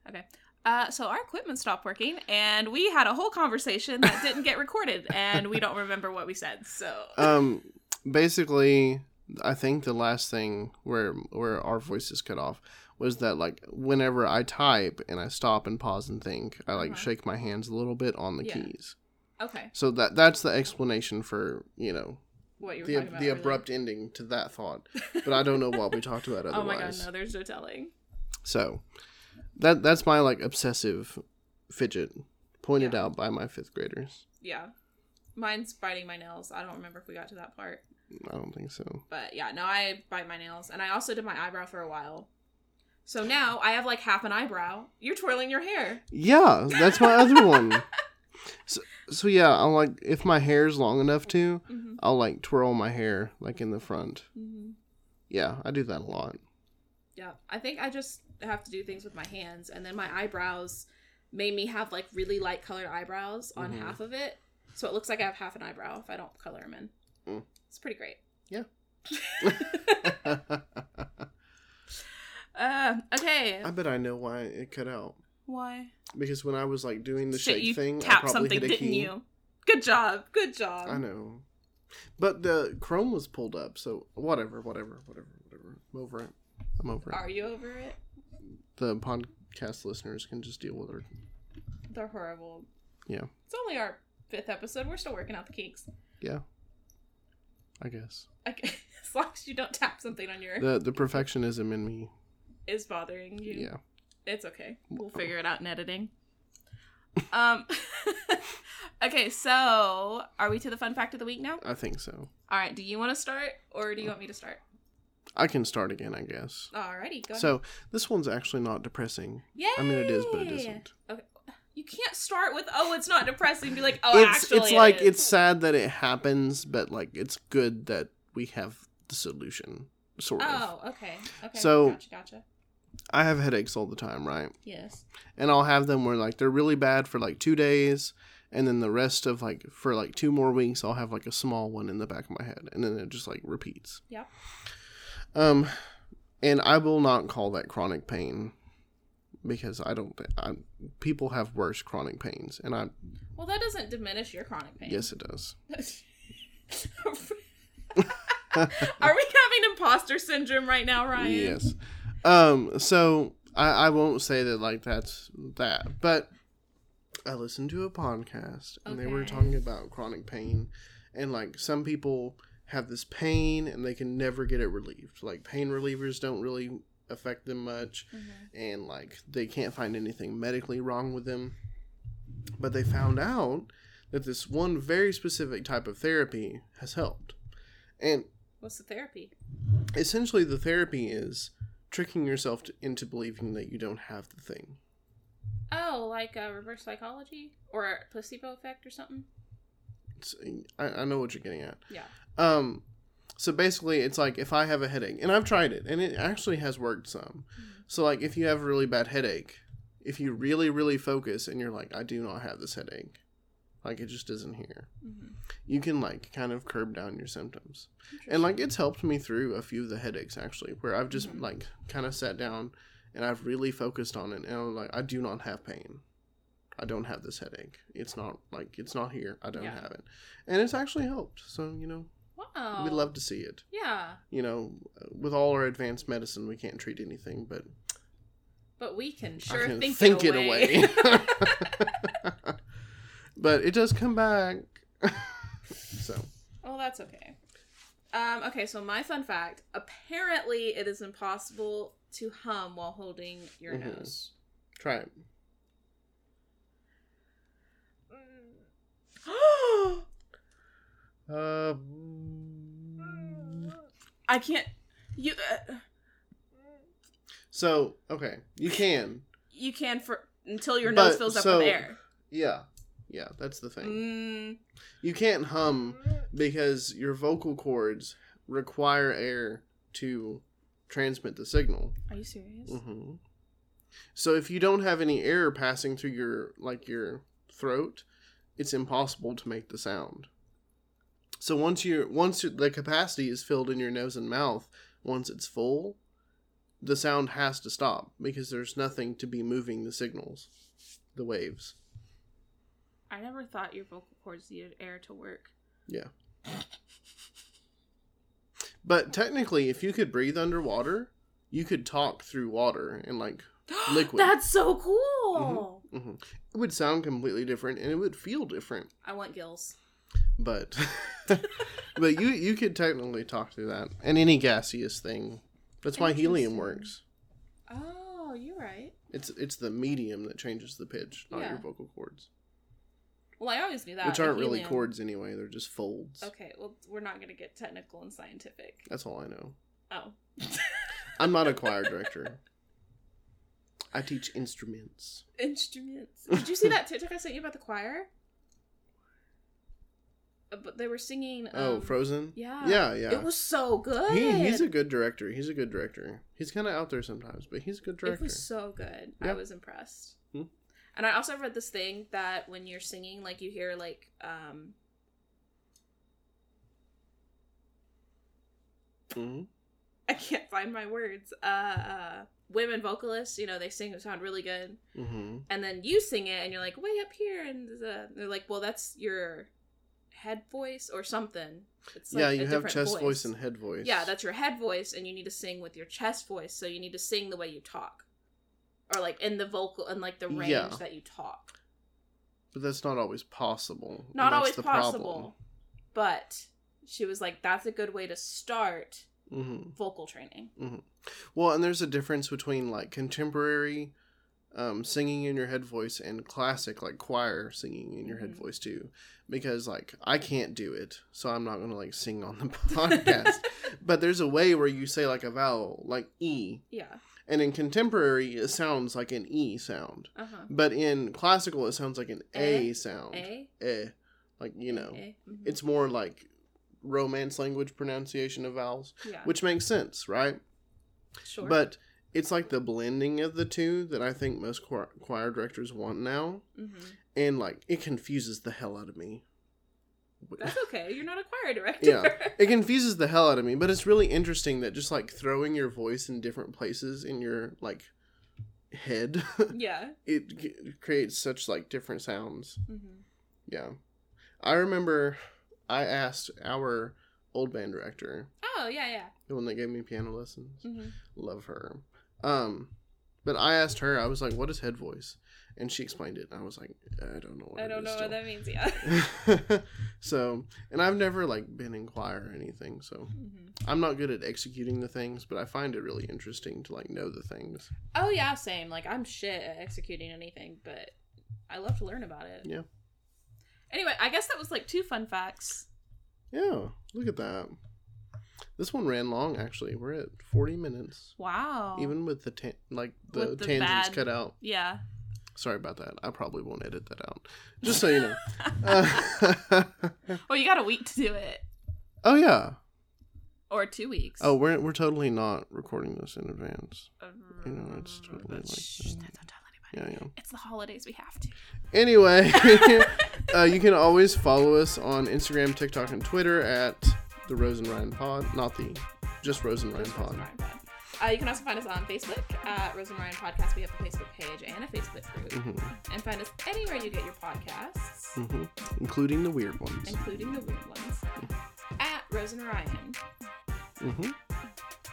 Speaker 1: Okay. Uh, so our equipment stopped working, and we had a whole conversation that didn't get recorded, and we don't remember what we said. So
Speaker 2: Um, basically, I think the last thing where where our voices cut off was that like whenever I type and I stop and pause and think, I like
Speaker 1: Uh-huh.
Speaker 2: shake my hands a little bit on the
Speaker 1: Yeah.
Speaker 2: keys.
Speaker 1: okay,
Speaker 2: So that that's the explanation for you know
Speaker 1: what you were
Speaker 2: the
Speaker 1: talking about?
Speaker 2: the
Speaker 1: earlier.
Speaker 2: abrupt ending to that thought. But I don't know what we talked about
Speaker 1: Oh my
Speaker 2: otherwise.
Speaker 1: god, no, there's no telling.
Speaker 2: So that that's my like obsessive fidget pointed
Speaker 1: Yeah.
Speaker 2: out by my fifth graders.
Speaker 1: Yeah, mine's biting my nails. I don't remember if we got to that part,
Speaker 2: I don't think so.
Speaker 1: but yeah, no, I bite my nails, and I also did my eyebrow for a while. So now I have like half an eyebrow. You're twirling your hair.
Speaker 2: Yeah, that's my other one. So, so yeah, I'll like if my hair's long enough to,
Speaker 1: Mm-hmm.
Speaker 2: I'll like twirl my hair like in the front.
Speaker 1: Mm-hmm.
Speaker 2: Yeah, I do that a lot.
Speaker 1: Yeah, I think I just have to do things with my hands, and then my eyebrows made me have like really light colored eyebrows on
Speaker 2: Mhm.
Speaker 1: half of it, so it looks like I have half an eyebrow if I don't color them in.
Speaker 2: Mm.
Speaker 1: It's pretty great.
Speaker 2: Yeah.
Speaker 1: uh, okay.
Speaker 2: I bet I know why it cut out.
Speaker 1: Why?
Speaker 2: Because when I was like doing the
Speaker 1: Shit,
Speaker 2: shake
Speaker 1: you
Speaker 2: thing, I
Speaker 1: tapped
Speaker 2: probably
Speaker 1: something,
Speaker 2: hit a
Speaker 1: didn't
Speaker 2: key.
Speaker 1: you? Good job. Good job.
Speaker 2: I know. But the Chrome was pulled up, so whatever, whatever, whatever, whatever. I'm over it. I'm over it.
Speaker 1: Are you over it?
Speaker 2: The podcast listeners can just deal with it.
Speaker 1: They're horrible.
Speaker 2: Yeah.
Speaker 1: It's only our fifth episode. We're still working out the kinks.
Speaker 2: Yeah. I guess.
Speaker 1: I g as long as you don't tap something on your
Speaker 2: The the perfectionism in me.
Speaker 1: is bothering you.
Speaker 2: Yeah.
Speaker 1: It's okay. We'll figure it out in editing. Um Okay, so are we to the fun fact of the week now?
Speaker 2: I think so.
Speaker 1: All right, do you want to start or do you want me to start?
Speaker 2: I can start again, I guess.
Speaker 1: Alrighty, go ahead.
Speaker 2: So this one's actually not depressing.
Speaker 1: Yay!
Speaker 2: I mean it is, but it isn't.
Speaker 1: You can't start with oh it's not depressing be like oh
Speaker 2: it's
Speaker 1: actually
Speaker 2: it's
Speaker 1: it
Speaker 2: like
Speaker 1: is."
Speaker 2: it's sad that it happens, but like it's good that we have the solution, sort of.
Speaker 1: Oh, okay. Okay.
Speaker 2: So-
Speaker 1: gotcha, gotcha.
Speaker 2: I have headaches all the time, right?
Speaker 1: Yes.
Speaker 2: and I'll have them where like they're really bad for like two days, and then the rest of like for like two more weeks, I'll have like a small one in the back of my head, and then it just like repeats.
Speaker 1: Yep.
Speaker 2: Um, and I will not call that chronic pain because I don't. I, people have worse chronic pains, and I
Speaker 1: Well that doesn't diminish your chronic pain.
Speaker 2: yes, it does.
Speaker 1: Are we having imposter syndrome right now, Ryan?
Speaker 2: Yes. Um. So I I won't say that like that's that, but I listened to a podcast and they were
Speaker 1: Okay.
Speaker 2: talking about chronic pain, and like some people have this pain and they can never get it relieved. Like pain relievers don't really affect them much,
Speaker 1: Mhm.
Speaker 2: and like they can't find anything medically wrong with them. But they found out that this one very specific type of therapy has helped. And
Speaker 1: What's the therapy?
Speaker 2: essentially the therapy is tricking yourself to, into believing that you don't have the thing
Speaker 1: Oh, like uh, reverse psychology or a placebo effect or something.
Speaker 2: It's, I, I know what you're getting at.
Speaker 1: Yeah.
Speaker 2: Um, so basically, it's like if I have a headache, and I've tried it, and it actually has worked some. So like, if you have a really bad headache, if you really really focus and you're like, I do not have this headache, like it just isn't here,
Speaker 1: Mm-hmm.
Speaker 2: you can like kind of curb down your symptoms. And like, it's helped me through a few of the headaches actually, where I've just
Speaker 1: Mhm.
Speaker 2: like kind of sat down and I've really focused on it, and I'm like, I do not have pain. I don't have this headache. It's not like it's not here. I don't
Speaker 1: Yeah.
Speaker 2: have it, and it's actually helped. So you know,
Speaker 1: wow.
Speaker 2: we love to see it
Speaker 1: Yeah,
Speaker 2: you know, with all our advanced medicine, we can't treat anything, but
Speaker 1: but we can sure
Speaker 2: can
Speaker 1: think,
Speaker 2: think
Speaker 1: it
Speaker 2: it
Speaker 1: away.
Speaker 2: but it does come back. so
Speaker 1: Well, that's okay. Um, okay, so my fun fact apparently, it is impossible to hum while holding your
Speaker 2: Mhm.
Speaker 1: nose.
Speaker 2: try it. Uh,
Speaker 1: I can't. You uh,
Speaker 2: so okay, you can.
Speaker 1: you can for until your nose
Speaker 2: But,
Speaker 1: fills up
Speaker 2: so-
Speaker 1: with air.
Speaker 2: Yeah, yeah, that's the thing.
Speaker 1: Mm,
Speaker 2: You can't hum because your vocal cords require air to transmit the signal.
Speaker 1: are you serious?
Speaker 2: hmm So if you don't have any air passing through your like your throat, it's impossible to make the sound. So once you once the capacity is filled in your nose and mouth, once it's full, the sound has to stop because there's nothing to be moving the signals, the waves.
Speaker 1: I never thought your vocal cords needed air to work.
Speaker 2: But technically, if you could breathe underwater, you could talk through water and like Liquid.
Speaker 1: That's so cool.
Speaker 2: mhm. it would sound completely different and it would feel different.
Speaker 1: I want gills.
Speaker 2: but but you you could technically talk through that and any gaseous thing that's why helium
Speaker 1: Interesting.
Speaker 2: works
Speaker 1: Oh, you're right.
Speaker 2: it's it's the medium that changes the pitch not
Speaker 1: Yeah.
Speaker 2: your vocal cords
Speaker 1: Well, I always knew that.
Speaker 2: which
Speaker 1: like
Speaker 2: aren't really
Speaker 1: helium.
Speaker 2: cords anyway they're just folds
Speaker 1: Okay, well, we're not going to get technical and scientific.
Speaker 2: that's all i know
Speaker 1: Oh.
Speaker 2: i'm not a choir director i teach instruments
Speaker 1: Instruments. Did you see that TikTok I sent you about the choir? Uh, But they were singing. Um,
Speaker 2: oh frozen
Speaker 1: yeah.
Speaker 2: yeah yeah
Speaker 1: It was so good.
Speaker 2: he, he's a good director he's a good director he's kind of out there sometimes but he's a good
Speaker 1: It
Speaker 2: director
Speaker 1: was so good. I
Speaker 2: Yeah.
Speaker 1: was impressed.
Speaker 2: Hmm.
Speaker 1: And I also read this thing that when you're singing, like you hear like um
Speaker 2: Mhm.
Speaker 1: I can't find my words. Uh, uh women vocalists, you know, they sing and sound really good.
Speaker 2: Mhm.
Speaker 1: and then you sing it and you're like way up here and the, they're like well that's your head voice or something it's like
Speaker 2: yeah
Speaker 1: a
Speaker 2: you have
Speaker 1: different
Speaker 2: chest voice. and head voice
Speaker 1: yeah that's your head voice and you need to sing with your chest voice so you need to sing the way you talk or like in the vocal and like the range
Speaker 2: Yeah.
Speaker 1: that you talk
Speaker 2: But that's not always possible. and
Speaker 1: not
Speaker 2: that's
Speaker 1: always
Speaker 2: the
Speaker 1: possible but she was like that's a good way to start
Speaker 2: Problem.
Speaker 1: vocal training
Speaker 2: hmm Mm-hmm, Well, and there's a difference between like contemporary um, singing in your head voice and classic like choir singing in your head
Speaker 1: Mhm.
Speaker 2: voice too, because like I can't do it, so I'm not gonna like sing on the podcast. but there's a way where you say like a vowel, like e,
Speaker 1: yeah
Speaker 2: and in contemporary it sounds like an e sound,
Speaker 1: uh-huh
Speaker 2: but in classical it sounds like an a,
Speaker 1: Eh,
Speaker 2: sound,
Speaker 1: a
Speaker 2: eh, like you know.
Speaker 1: A, mhm.
Speaker 2: it's more like romance language pronunciation of vowels
Speaker 1: yeah
Speaker 2: which makes sense right
Speaker 1: Ah. sure
Speaker 2: but it's like the blending of the two that i think most choir, choir directors want now
Speaker 1: Mhm.
Speaker 2: and like it confuses the hell out of me
Speaker 1: that's okay you're not a choir director
Speaker 2: Yeah. it confuses the hell out of me but it's really interesting that just like throwing your voice in different places in your like head
Speaker 1: yeah
Speaker 2: it g- creates such like different sounds
Speaker 1: hmm
Speaker 2: yeah i remember i asked our old band director
Speaker 1: oh yeah yeah
Speaker 2: the one that gave me piano lessons
Speaker 1: hmm
Speaker 2: love her. Um, but I asked her, I was like, "What is head voice?" And she explained it, and I was like, "I don't know." What
Speaker 1: I
Speaker 2: it
Speaker 1: don't
Speaker 2: is
Speaker 1: know
Speaker 2: still."
Speaker 1: what that means. Yeah.
Speaker 2: so, and I've never like been in choir or anything, so
Speaker 1: Mm-hmm.
Speaker 2: I'm not good at executing the things, but I find it really interesting to like know the things.
Speaker 1: Oh yeah, same. Like I'm shit at executing anything, but I love to learn about it.
Speaker 2: Yeah.
Speaker 1: Anyway, I guess that was like two fun facts.
Speaker 2: Yeah, look at that. This one ran long actually. We're at 40 minutes,
Speaker 1: Wow.
Speaker 2: even with the ta- like the
Speaker 1: Oh. With the
Speaker 2: tangents
Speaker 1: bad-
Speaker 2: cut out.
Speaker 1: yeah.
Speaker 2: Sorry about that. I probably won't edit that out. Just so you know. Uh,
Speaker 1: Well, you got a week to do it,
Speaker 2: oh yeah.
Speaker 1: or two weeks.
Speaker 2: Oh, we're we're totally not recording this in advance.
Speaker 1: Um,
Speaker 2: you know, it's totally like
Speaker 1: shh,
Speaker 2: that.
Speaker 1: no, don't tell anybody.
Speaker 2: Yeah, yeah.
Speaker 1: It's the holidays. We have to.
Speaker 2: Anyway, uh, you can always follow us on Instagram, TikTok, and Twitter at the Rose and Ryan Pod. Not the, just Rose and Ryan
Speaker 1: Just Rose and
Speaker 2: Pod.
Speaker 1: Ryan Pod. Uh, you can also find us on Facebook, uh, Rose and Ryan Podcast. We have a Facebook page and a Facebook group.
Speaker 2: Mm-hmm.
Speaker 1: And find us anywhere you get your podcasts,
Speaker 2: hmm Including the weird ones.
Speaker 1: including the weird ones,
Speaker 2: Mm-hmm.
Speaker 1: at Rose and Ryan.
Speaker 2: hmm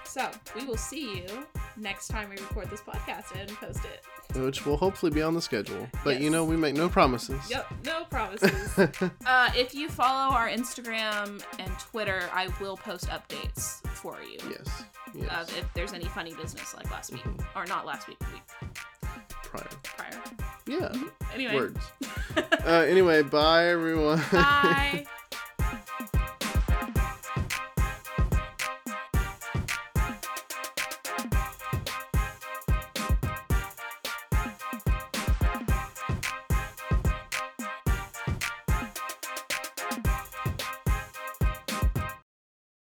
Speaker 1: So we will see you next time we record this podcast and post it.
Speaker 2: Which will hopefully be on the schedule. But you
Speaker 1: Yes.
Speaker 2: know, we make no promises.
Speaker 1: Yep, no promises. uh, if you follow our Instagram and Twitter, I will post updates for you.
Speaker 2: Yes. Yes.
Speaker 1: Of if there's any funny business like last week,
Speaker 2: Mhm.
Speaker 1: or not last week, the week
Speaker 2: Prior.
Speaker 1: prior.
Speaker 2: Yeah.
Speaker 1: Mm-hmm. Anyway,
Speaker 2: Words. uh, anyway, bye everyone.
Speaker 1: bye.